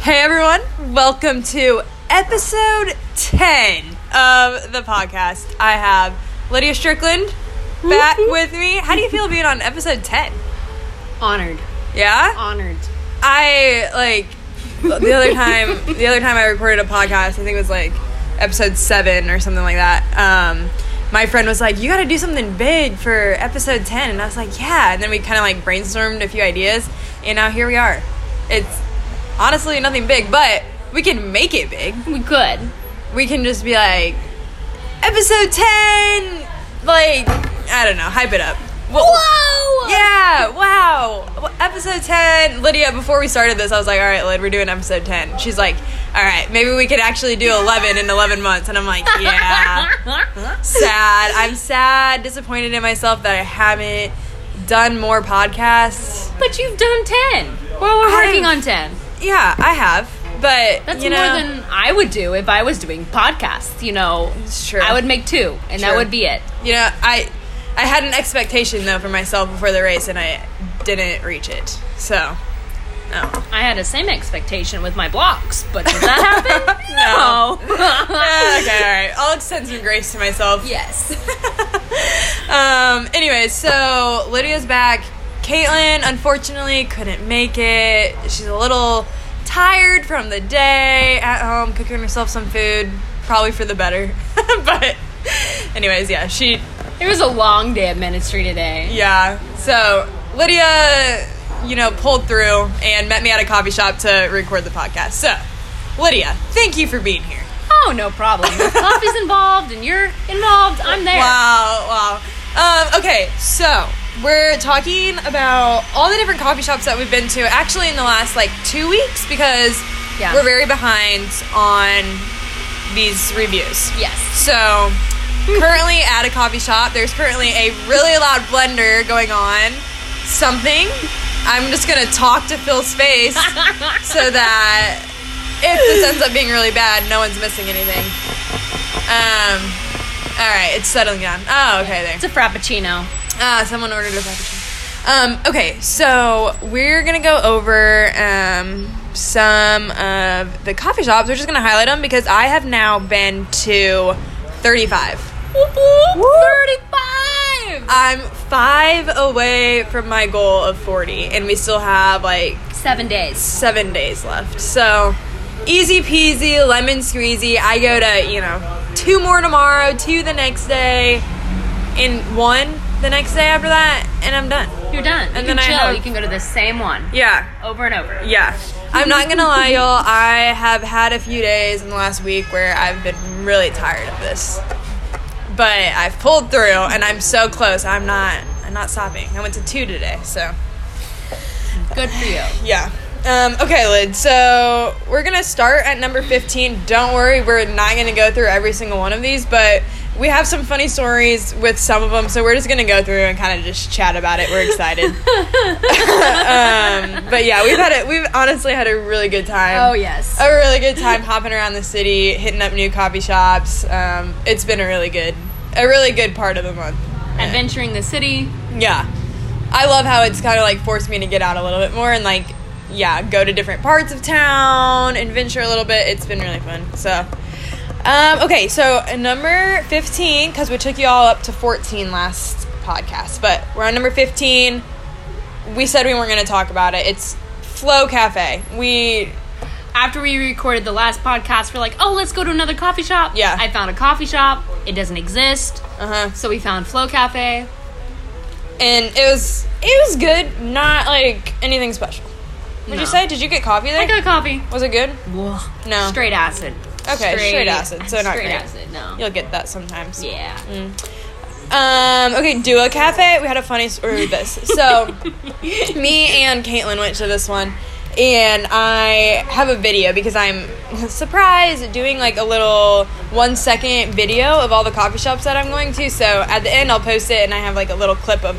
Hey everyone, welcome to episode 10 of the podcast. I have Lydia Strickland back with me. How do you feel being on episode 10? Honored. Yeah? Honored. I like the other time the other time I recorded a podcast, I think it was like episode 7 or something like that. Um my friend was like, "You got to do something big for episode 10." And I was like, "Yeah." And then we kind of like brainstormed a few ideas, and now here we are. It's honestly nothing big, but we can make it big. We could. we can just be like episode 10 like i don't know hype it up Well- Whoa! yeah wow Well, episode 10 lydia before we started this i was like all right lyd we're doing episode 10 she's like all right maybe we could actually do 11 in 11 months and i'm like yeah sad i'm sad disappointed in myself that i haven't done more podcasts but you've done ten. Well, we're I've- working on ten. yeah i have but That's you more know than I would do if I was doing podcasts. You know, it's true I would make two, and that Sure. would be it. You know, I I had an expectation though for myself before the race, and I didn't reach it. So, oh. I had the same expectation with my blocks, but did that happen? No. no. Ah, okay, all right. I'll extend some grace to myself. yes. Um. Anyway, so Lydia's back. Caitlin, unfortunately, couldn't make it. She's a little tired from the day at home, cooking herself some food, probably for the better. but, anyways, yeah, she It was a long day of ministry today. Yeah. So Lydia, you know, pulled through and met me at a coffee shop to record the podcast. So, Lydia, thank you for being here. Oh, no problem. If Coffee's involved, and you're involved. I'm there. Wow, wow. Um, okay, so we're talking about all the different coffee shops that we've been to actually in the last like two weeks because Yeah. we're very behind on these reviews. Yes. So, currently at a coffee shop, there's currently a really loud blender going on. Something. I'm just gonna talk to Phil's face so that if this ends up being really bad, no one's missing anything. Um. All right, it's settling down. Oh, okay, there. It's a frappuccino. Ah, someone ordered a frappuccino. Um, okay, so we're gonna go over um, some of the coffee shops. We're just gonna highlight them because I have now been to 35. Thirty-five. I'm five away from my goal of 40, and we still have like Seven days. seven days left. So easy peasy, lemon squeezy. I go to, you know, two more tomorrow, two the next day, and one the next day after that, and I'm done. You're done. You And can then I chill. have- You can go to the same one Yeah, over and over. Yeah. I'm not gonna lie, y'all. I have had a few days in the last week where I've been really tired of this, but I've pulled through, and I'm so close. I'm not. I'm not stopping. I went to two today, so Good for you. yeah. Um, okay, Lid. So we're gonna start at number 15. Don't worry, we're not gonna go through every single one of these, but we have some funny stories with some of them. So we're just gonna go through and kind of just chat about it. We're excited. um, but yeah, we've had it. We've honestly had a really good time Oh yes. a really good time hopping around the city, hitting up new coffee shops. Um, it's been a really good, a really good part of the month. Adventuring the city. Yeah, I love how it's kind of like forced me to get out a little bit more and like, yeah, go to different parts of town and venture a little bit. It's been really fun. So, um, okay, so uh, number fifteen because we took you all up to fourteen last podcast, but we're on number fifteen. We said we weren't going to talk about it. It's Flow Cafe. We After we recorded the last podcast, we're like, oh, let's go to another coffee shop. Yeah. I found a coffee shop. It doesn't exist. uh huh. So we found Flow Cafe. and it was it was good. Not like anything special. Would No. you say? Did you get coffee there? I got coffee. was it good? Whoa. No. Straight acid. Okay, straight acid, so not straight great. Mm. acid. No. You'll get that sometimes. Yeah. Um. Okay, Dua Cafe. We had a funny story with this. So, me and Caitlin went to this one, and I have a video because I'm surprised doing like a little one second video of all the coffee shops that I'm going to. So at the end, I'll post it, and I have like a little clip of,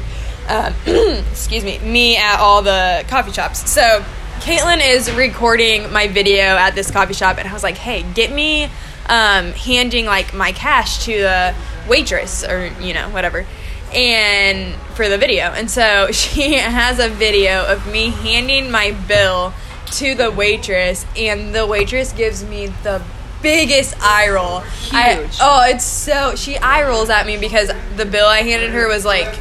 um, excuse me, me at all the coffee shops. So. Caitlin is recording my video at this coffee shop, and I was like, "Hey, get me um, handing like my cash to the waitress or you know whatever and for the video and so she has a video of me handing my bill to the waitress, and the waitress gives me the biggest eye roll. I, Huge. oh, it's so she eye rolls at me because the bill I handed her was like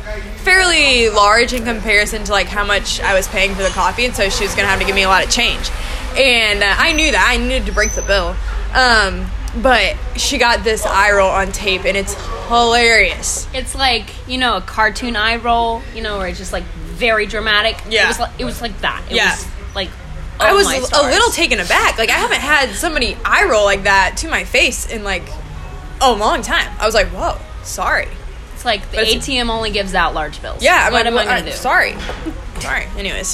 fairly large in comparison to like how much I was paying for the coffee, and so she was gonna have to give me a lot of change. And uh, I knew that I needed to break the bill, um, but she got this eye roll on tape, and it's hilarious. It's like you know a cartoon eye roll, you know, where it's just like very dramatic. Yeah. it was like, it was like that. It Yeah. was like I oh was my a stars. little taken aback. Like I haven't had somebody eye roll like that to my face in like a long time. I was like, whoa, sorry. It's like the but it's- ATM only gives out large bills. Yeah, I'm like, what am I well, gonna uh, do? Sorry, sorry. Anyways,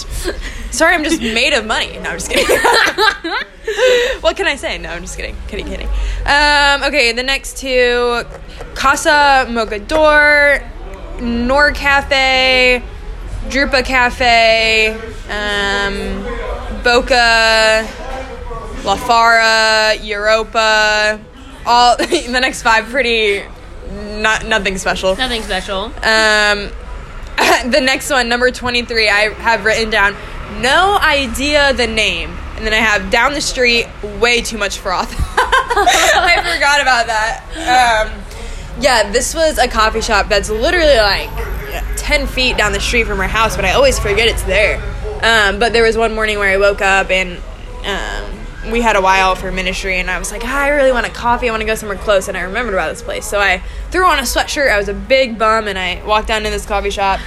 sorry, I'm just made of money. No, I'm just kidding. what can I say? No, I'm just kidding. Kidding, kidding. Um, okay, the next two: Casa Mogador, Nor Cafe, Drupa Cafe, um, Boca, La Fara, Europa. All the next five pretty. Not nothing special. Nothing special. Um, the next one, number 23, I have written down no idea the name. And then I have down the street, way too much froth. I forgot about that. Um, yeah, this was a coffee shop that's literally like 10 feet down the street from our house, but I always forget it's there. Um, but there was one morning where I woke up and um, we had a while for ministry, and I was like, "Ah, I really want a coffee. I want to go somewhere close. And I remembered about this place. So I threw on a sweatshirt. I was a big bum, and I walked down to this coffee shop,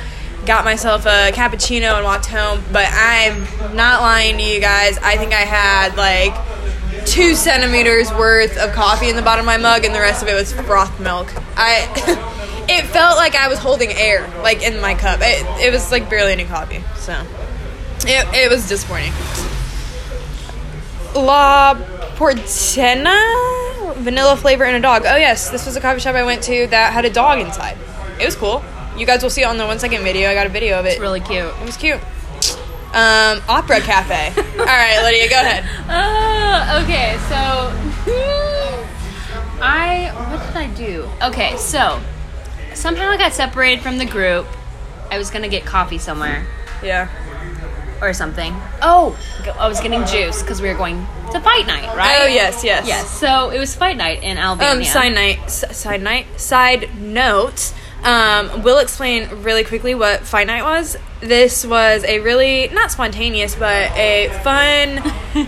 got myself a cappuccino, and walked home. But I'm not lying to you guys. I think I had like two centimeters worth of coffee in the bottom of my mug, and the rest of it was froth milk. I. It felt like I was holding air, like in my cup. It, it was like barely any coffee, so it, it was disappointing. La Portena vanilla flavor and a dog. Oh yes, this was a coffee shop I went to that had a dog inside. It was cool. You guys will see it on the one second video. I got a video of it. Really cute. It was cute. Um, opera cafe. All right, Lydia, go ahead. Oh, okay. So I what did I do? Okay, so somehow I got separated from the group. I was gonna get coffee somewhere Yeah. or something. Oh, go- I was getting juice because we were going to fight night, right? Oh yes, yes, Yes. So it was fight night in Albania. Um, side night, s- side night, side note. Um, we'll explain really quickly what Fight Night was. This was a really not spontaneous, but a fun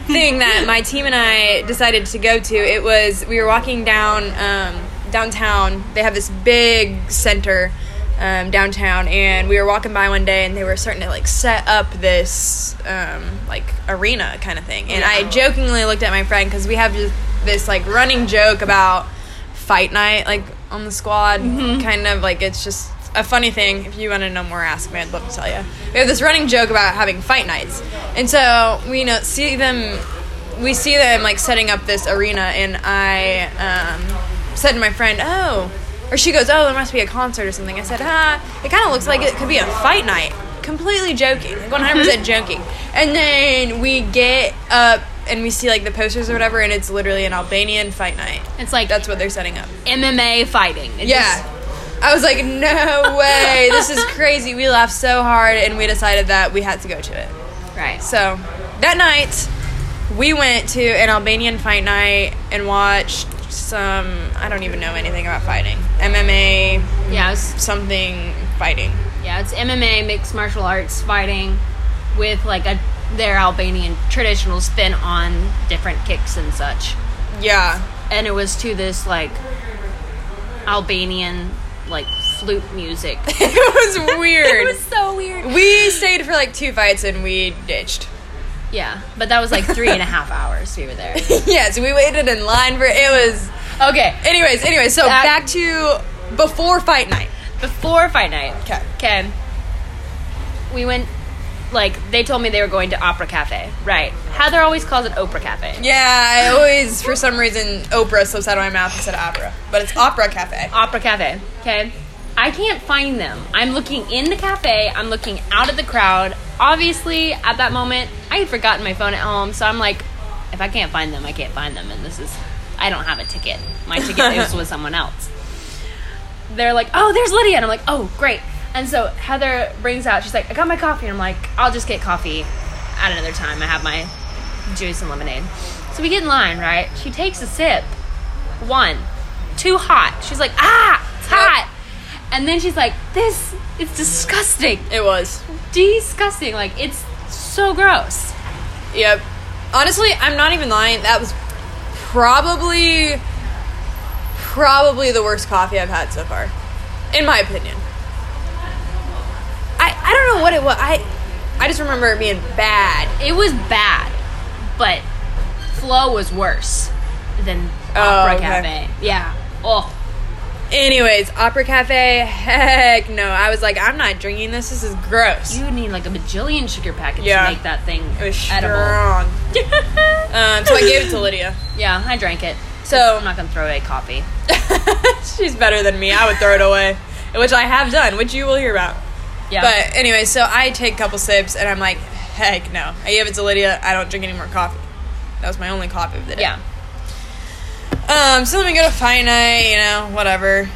thing that my team and I decided to go to. It was we were walking down um, downtown. They have this big center um, downtown, and we were walking by one day, and they were starting to like set up this um, like arena kind of thing. And I jokingly looked at my friend because we have just this like running joke about fight night, like on the squad, kind of like it's just a funny thing. If you want to know more, ask me. I'd love to tell you. We have this running joke about having fight nights, and so we you know see them. We see them like setting up this arena, and I um, said to my friend, "Oh," or she goes, "Oh, there must be a concert or something." I said, "Ah, it kind of looks like it could be a fight night." completely joking, like 100% joking. And then we get up and we see like the posters or whatever, and it's literally an Albanian fight night. It's like That's what they're setting up. MMA fighting. It Yeah. just- I was like, no way, this is crazy. We laughed so hard, and we decided that we had to go to it. right. So that night, we went to an Albanian fight night and watched some, I don't even know anything about fighting, MMA, yeah. It was, something fighting. yeah. It's MMA mixed martial arts fighting with like a their Albanian traditional spin on different kicks and such. Yeah. and it was to this like Albanian like flute music. it was weird. it was so weird. We stayed for like two fights and we ditched. Yeah, but that was like three and a half hours we were there. yes, we waited in line for it was. Okay, Anyways, anyways, so That- back to before fight night. before fight night. 'Kay. Okay. We went. Like they told me they were going to Opera Cafe, right? Heather always calls it Oprah Cafe. Yeah, I always, for some reason, Oprah slips out of my mouth instead of opera, but it's Opera Cafe. Opera Cafe. Okay. I can't find them. I'm looking in the cafe, I'm looking out at the crowd. Obviously, at that moment, I had forgotten my phone at home, so I'm like, if I can't find them, I can't find them. And this is, I don't have a ticket. My ticket is with someone else. They're like, oh, there's Lydia. And I'm like, oh, great. And so Heather brings out, she's like, I got my coffee. And I'm like, I'll just get coffee at another time. I have my juice and lemonade. So we get in line, right? She takes a sip. One. Too hot. She's like, ah, it's hot. And then she's like, this is disgusting. It was. Disgusting. Like, it's so gross. Yep. Honestly, I'm not even lying. That was probably probably the worst coffee I've had so far, in my opinion. I I don't know what it was. I I just remember it being bad. It was bad, but Flo was worse than Oh, Opera okay. Cafe. Yeah. Oh, Anyways, Opera Cafe. Heck no. I was like, I'm not drinking this. This is gross. you need like a bajillion sugar packets Yeah. to make that thing It was edible. strong. Um, so I gave it to Lydia. yeah, I drank it. So- I'm not gonna throw away coffee. She's better than me. I would throw it away, which I have done, which you will hear about. Yeah. But anyway, so I take a couple sips and I'm like, heck no. I gave it to Lydia. I don't drink any more coffee. That was my only coffee of the day. yeah. Um, so let me go to fine night, you know, whatever.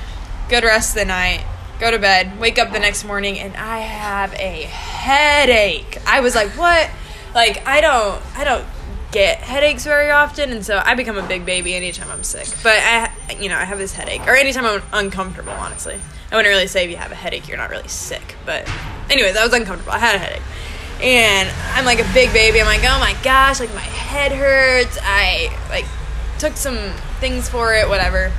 Good rest of the night. Go to bed. Wake up the next morning and I have a headache. I was like, what? Like I don't I don't get headaches very often and so I become a big baby anytime I'm sick. But I you know, I have this headache. Or anytime I'm uncomfortable, honestly. I wouldn't really say if you have a headache, you're not really sick. But anyways, I was uncomfortable. I had a headache. And I'm like a big baby. I'm like, oh my gosh, like my head hurts. I like took some things for it, whatever.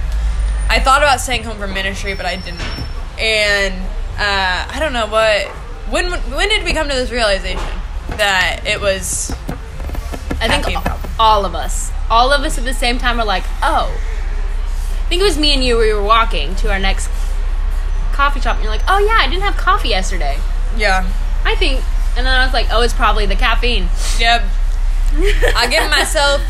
I thought about staying home for ministry, but I didn't. And uh, I don't know what. When when did we come to this realization that it was? I think Caffeine all, problem. all of us, all of us at the same time are like, oh. I think it was me and you. We were walking to our next coffee shop, and you're like, oh yeah, I didn't have coffee yesterday. Yeah. I think, and then I was like, oh, it's probably the caffeine. Yep. I give myself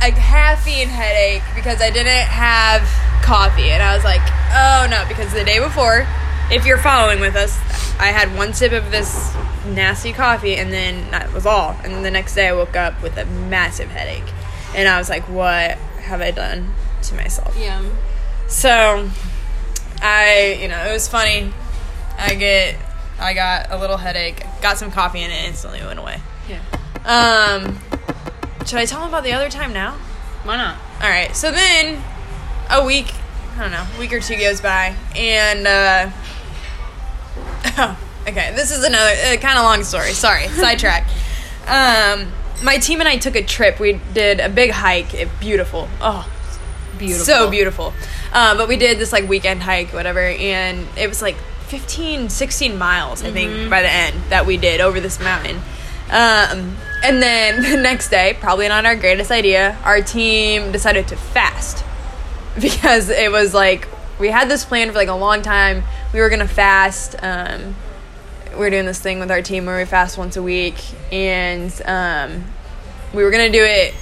a caffeine headache because I didn't have coffee. And I was like, oh no, because the day before, if you're following with us, I had one sip of this nasty coffee and then that was all. And then the next day I woke up with a massive headache. And I was like, what have I done to myself? Yeah. So I, you know, it was funny. I get, I got a little headache, got some coffee and it instantly went away. Yeah. Um, should I tell him about the other time now? Why not? All right. So then, a week, I don't know, a week or two goes by, and uh, oh, okay, this is another uh, kind of long story. Sorry, sidetrack. Um, my team and I took a trip. We did a big hike. It beautiful. Oh, Beautiful. so beautiful. Uh, but we did this like weekend hike, whatever, and it was like 15, 16 miles, I think, by the end that we did over this mountain. Um, and then the next day, probably not our greatest idea, our team decided to fast because it was like we had this plan for like a long time. We were gonna fast. Um, we were doing this thing with our team where we fast once a week, and um, we were gonna do it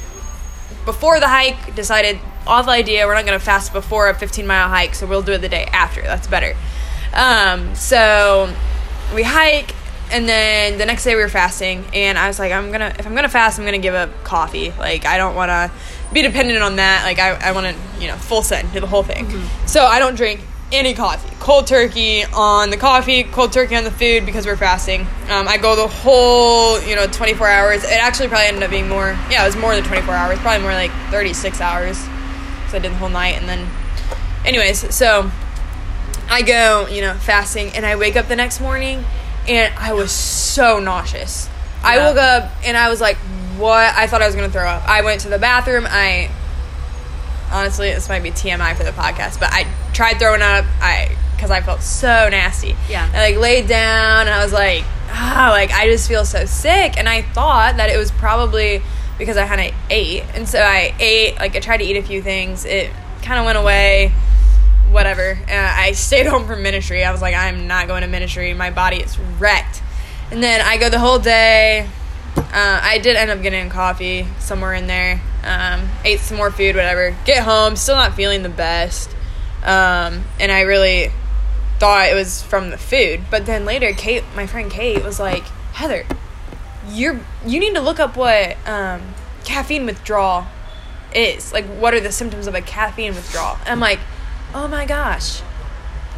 before the hike. Decided awful idea. We're not gonna fast before a 15 mile hike, so we'll do it the day after. That's better. Um, so we hike, and then the next day we were fasting, and I was like, I'm gonna if I'm gonna fast, I'm gonna give up coffee. Like I don't wanna be dependent on that. Like I, I wanna you know full send do the whole thing. So I don't drink any coffee. Cold turkey on the coffee, cold turkey on the food because we're fasting. Um, I go the whole, you know, 24 hours. It actually probably ended up being more. Yeah, it was more than 24 hours. Probably more like 36 hours. So I did the whole night and then, anyways. So I go, you know, fasting, and I wake up the next morning, and I was so nauseous. I Yeah. woke up and I was like, "What?" I thought I was gonna throw up. I went to the bathroom. I honestly, this might be TMI for the podcast, but I tried throwing up. I because I felt so nasty. Yeah. I like laid down and I was like, ah, like I just feel so sick. And I thought that it was probably because I hadn't ate, and so I ate. Like I tried to eat a few things. It kind of went away. Whatever. Uh, I stayed home from ministry. I was like, I'm not going to ministry. My body is wrecked. And then I go the whole day. Uh, I did end up getting coffee somewhere in there. Um, ate some more food, whatever. Get home, still not feeling the best. Um, and I really thought it was from the food. But then later, Kate, my friend Kate, was like, Heather, you're you need to look up what um, caffeine withdrawal is. Like, what are the symptoms of a caffeine withdrawal? And I'm like, oh my gosh.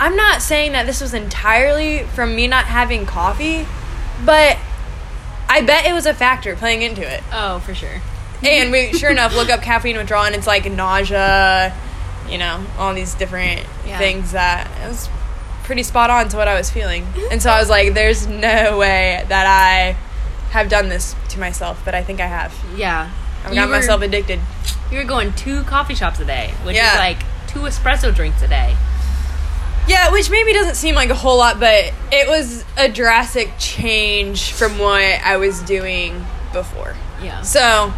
I'm not saying that this was entirely from me not having coffee, but I bet it was a factor playing into it. Oh, for sure. And we, sure enough, look up caffeine withdrawal, and it's like nausea, you know, all these different Yeah. things that it was pretty spot on to what I was feeling. And so I was like, there's no way that I have done this to myself, but I think I have. Yeah. I've You got were- myself addicted. You were going two coffee shops a day, which Yeah. is like two espresso drinks a day. Yeah, which maybe doesn't seem like a whole lot, but it was a drastic change from what I was doing before. Yeah. So,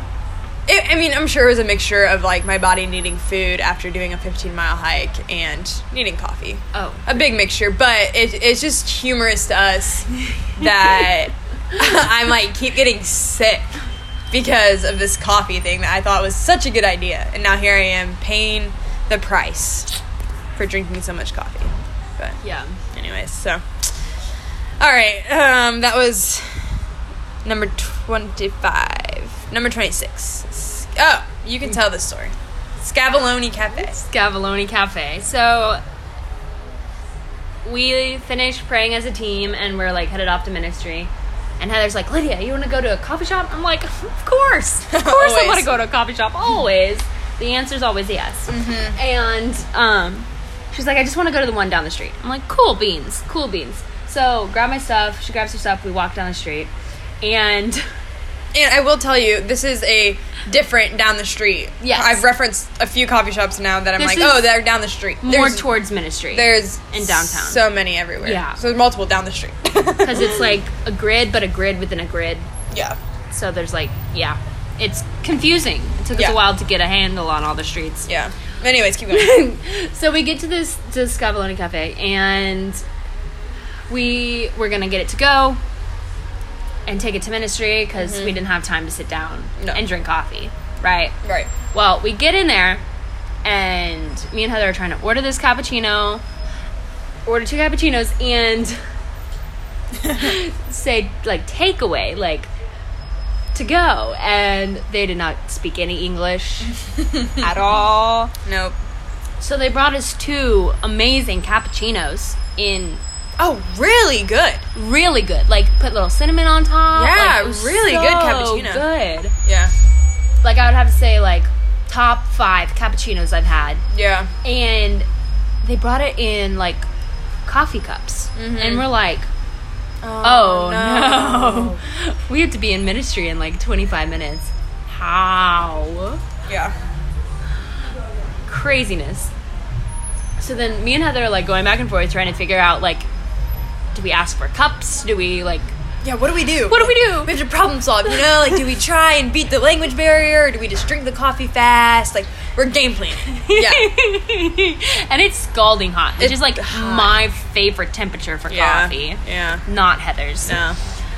it, I mean, I'm sure it was a mixture of like my body needing food after doing a 15 mile hike and needing coffee. Oh. A big mixture, but it, it's just humorous to us that I might keep getting sick because of this coffee thing that I thought was such a good idea. And now here I am paying the price for drinking so much coffee. But Yeah. anyways so all right um that was number 25 number 26 oh you can tell this story scavolone cafe Scavolone Cafe. So we finished praying as a team and we're like headed off to ministry. And Heather's like, Lydia, you want to go to a coffee shop? I'm like, of course. Of course I Always. want to go to a coffee shop. Always. The answer's always yes. Mm-hmm. And um, she's like, I just want to go to the one down the street. I'm like, cool beans. Cool beans. So grab my stuff. She grabs her stuff. We walk down the street. And and i will tell you this is a different down the street Yes. i've referenced a few coffee shops now that i'm This like is oh they're down the street more there's, towards ministry. there's in downtown. so many everywhere Yeah. so there's multiple down the street Because it's like a grid, but a grid within a grid. yeah So there's like, yeah, it's confusing. It took us Yeah. a while to get a handle on all the streets. yeah anyways keep going So we get to this to Scavolone Cafe, and we were gonna get it to go and take it to ministry because we didn't have time to sit down Mm-hmm. No. and drink coffee, right? right Well, we get in there, and me and Heather are trying to order this cappuccino, order two cappuccinos, and say, like, takeaway, like, to go. And they did not speak any English at all. nope So they brought us two amazing cappuccinos in oh really good really good, like, put little cinnamon on top. like, Yeah, it was really good so cappuccino. Good. yeah Like, I would have to say, like, top five cappuccinos I've had yeah and they brought it in like coffee cups Mm-hmm. and we're like oh no, we have to be in ministry in like 25 minutes how yeah craziness so then me and heather are like going back and forth trying to figure out like do we ask for cups do we like Yeah, what do we do? what do we do We have to problem solve, you know? Like, do we try and beat the language barrier, or do we just drink the coffee fast? Like, we're game planning. Yeah. and it's scalding hot which It's is like hot. my favorite temperature for coffee Yeah. not heather's No.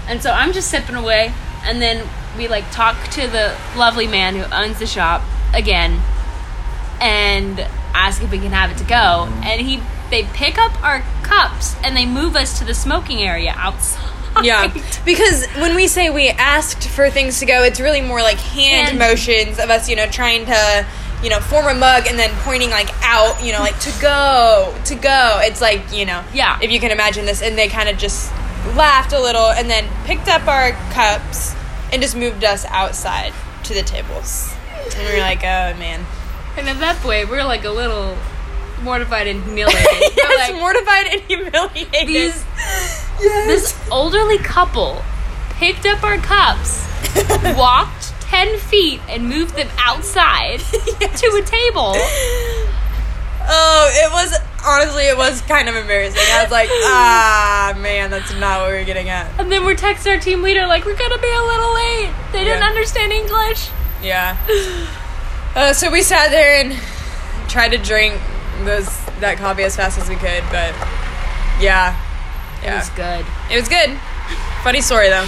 And so I'm just sipping away, and then we like talk to the lovely man who owns the shop again, and ask if we can have it to go. And he they pick up our cups and they move us to the smoking area outside. Yeah. Because when we say we asked for things to go, it's really more like hand, Hand. motions of us, you know, trying to, you know, form a mug and then pointing like out, you know, like to go, to go. It's like, you know, Yeah. if you can imagine this. And they kind of just laughed a little and then picked up our cups and just moved us outside to the tables. And we were like, oh man. And at that point, we're like a little mortified and humiliated. We're yes, like, mortified and humiliated. These- yes. this elderly couple picked up our cups, walked ten feet, and moved them outside to a table. Oh, it was honestly, it was kind of embarrassing. I was like, ah, man, that's not what we were getting at. And then we're texting our team leader like we're gonna be a little late. They didn't Yeah. understand English. Yeah. Uh, so we sat there and tried to drink those that coffee as fast as we could, but yeah, It yeah, was good. it was good. Funny story though. Uh,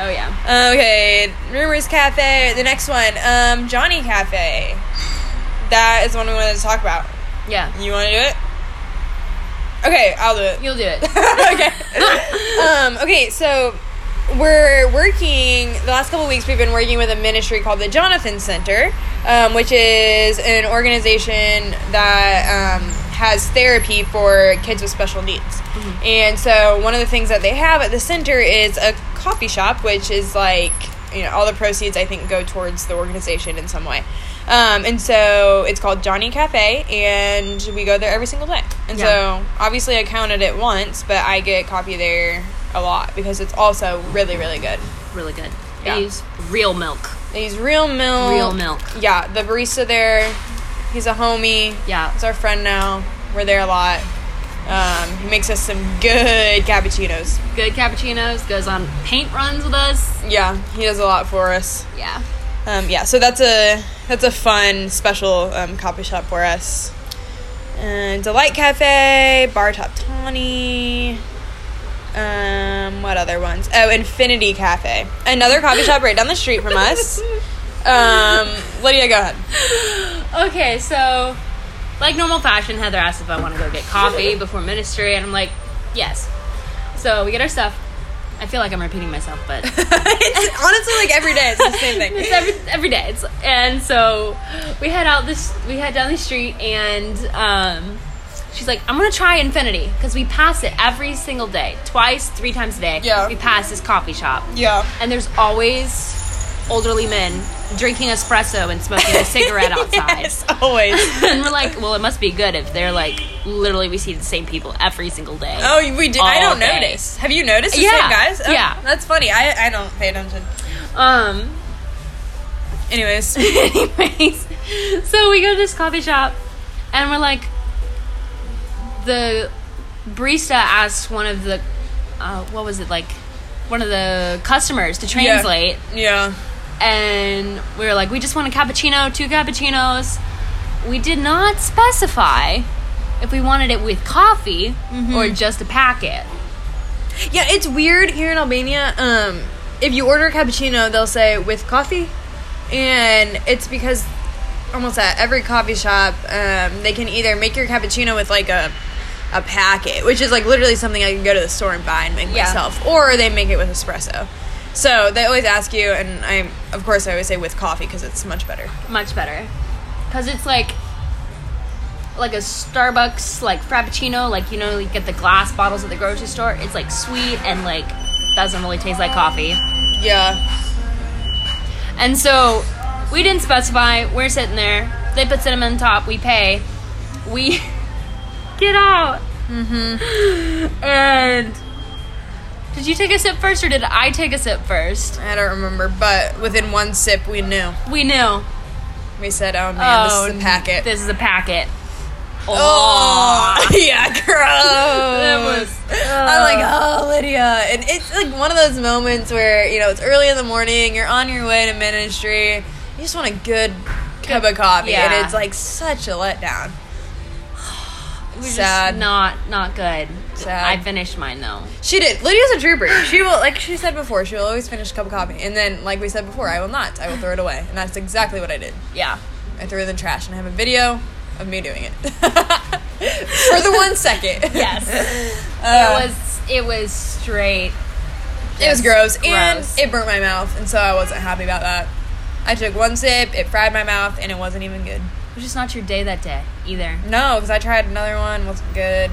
Oh yeah. Okay, Rumors Cafe. The next one, um, Johnny Cafe. That is one we wanted to talk about. Yeah. You want to do it? Okay, I'll do it. You'll do it. okay. um, okay, so we're working, the last couple weeks, we've been working with a ministry called the Jonathan Center, um, which is an organization that um, has therapy for kids with special needs. And so one of the things that they have at the center is a coffee shop, which is like you know all the proceeds I think go towards the organization in some way. Um, and so it's called Johnny Cafe, and we go there every single day. And Yeah. so obviously I counted it once, but I get coffee there a lot because it's also really really good. Really good. Yeah. Oh. They use real milk. They use real milk. Real milk. Yeah, the barista there, he's a homie. Yeah. He's our friend now. We're there a lot. Um, he makes us some good cappuccinos. Good cappuccinos. Goes on paint runs with us. Yeah, he does a lot for us. Yeah. Um, yeah, so that's a that's a fun special um, coffee shop for us. And Delight Cafe, Bar Top Tawny. Um, what other ones? Oh, Infinity Cafe, another coffee shop right down the street from us. Um, Lydia, go ahead. Okay, so like normal fashion, Heather asked if I want to go get coffee before ministry, and I'm like, yes. So we get our stuff. I feel like I'm repeating myself, but it's honestly like every day it's the same thing. it's every every day. It's and so we head out this we head down the street and um she's like, I'm gonna try Infinity because we pass it every single day, twice, three times a day. Yeah. we pass this coffee shop. yeah. and there's always elderly men drinking espresso and smoking a cigarette outside. Yes, always. And we're like, well, it must be good if they're like literally we see the same people every single day. Oh, we did. I All don't day. notice. Have you noticed the Yeah, same guys? Oh, yeah. That's funny. I, I don't pay attention. Oh. Um. Anyways. Anyways, so we go to this coffee shop, and we're like, the barista asks one of the, uh, what was it like, one of the customers to translate. Yeah. and we were like, we just want a cappuccino, two cappuccinos. We did not specify if we wanted it with coffee or just a packet. Yeah, it's weird here in Albania. Um, if you order a cappuccino, they'll say with coffee, and it's because almost at every coffee shop, um, they can either make your cappuccino with like a a packet, which is like literally something I can go to the store and buy and make Yeah. myself, or they make it with espresso. So they always ask you, and I, of course, I always say with coffee because it's much better. Much better, because it's like like a Starbucks like frappuccino, like you know, you get the glass bottles at the grocery store. It's like sweet and like doesn't really taste like coffee. Yeah, And so we didn't specify. We're sitting there. They put cinnamon on top. We pay. We get out. Mm-hmm. And did you take a sip first or did I take a sip first? I don't remember, but within one sip, we knew. We knew. Man, We said, "Oh man, this is a packet." This is a packet. Oh, yeah, gross. That was. I'm like, oh, Lydia. And it's like one of those moments where, you know, it's early in the morning, you're on your way to ministry, you just want a good cup of coffee. yeah. And it's like such a letdown. We're just sad. Not not good. Sad. I finished mine though. She did. Lydia's a trooper. She will, like she said before, she will always finish a cup of coffee. And then, like we said before, I will not. I will throw it away. And that's exactly what I did. Yeah. I threw it in the trash. And I have a video of me doing it. For the one second. Yes. Uh, it was it was straight. It was gross, and Gross. it burnt my mouth, and so I wasn't happy about that. I took one sip, it fried my mouth, and it wasn't even good. It was just not your day that day either. No, because I tried another one, wasn't good.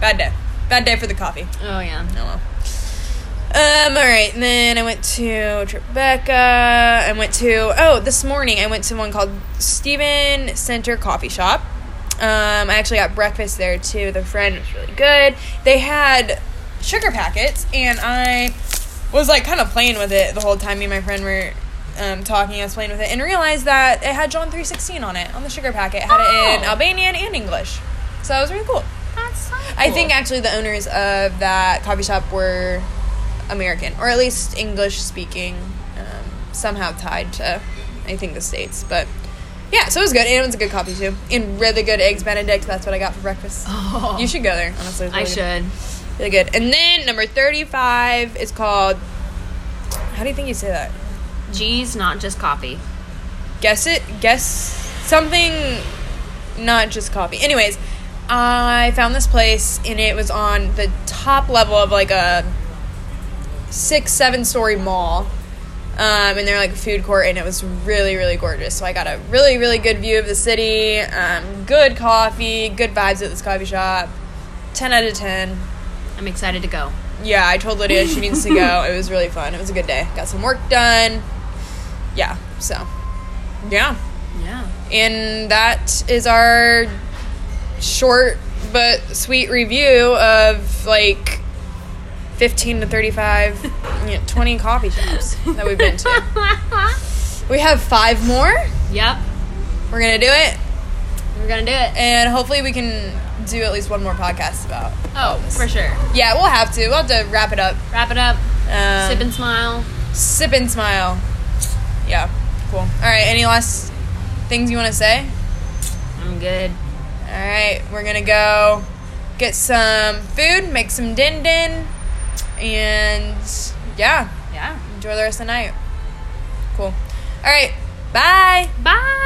Bad day. Bad day for the coffee. Oh yeah. Oh well. Um, all right, and then I went to Tribeca. I went to, oh, this morning I went to one called Stephen Center Coffee Shop. Um, I actually got breakfast there too with a friend. It was really good. They had sugar packets, and I was like kind of playing with it the whole time. Me and my friend were um, talking. I was playing with it and realized that it had John 316 on it, on the sugar packet. It had it in Oh. Albanian and English. So it was really cool. That's so I think actually the owners of that coffee shop were American, or at least English speaking, um, somehow tied to, I think, the States. But yeah, so it was good. And it was a good coffee, too. And really good Eggs Benedict. That's what I got for breakfast. Oh. You should go there, honestly. It's I really good. should. Really good. And then number 35 is called. How do you think you say that? G's not just coffee. guess it guess something not just coffee anyways i found this place and it was on the top level of like a six seven story mall um, and they're like a food court and it was really really gorgeous so i got a really really good view of the city um, good coffee good vibes at this coffee shop 10 out of 10 I'm excited to go. yeah, I told Lydia she needs to go. It was really fun. It was a good day. Got some work done. Yeah, so. Yeah. Yeah. And that is our short but sweet review of like 15 to 35, you know, 20 coffee shops that we've been to. We have five more. yep. We're going to do it. We're gonna do it. And hopefully we can do at least one more podcast about. Oh, for sure. Yeah, we'll have to. We'll have to wrap it up. Wrap it up. Um, Sip and smile. Sip and smile. Yeah, cool. All right, any last things you want to say? I'm good. All right, we're gonna go get some food, make some din din, and yeah, Yeah. enjoy the rest of the night. Cool. All right, bye. Bye.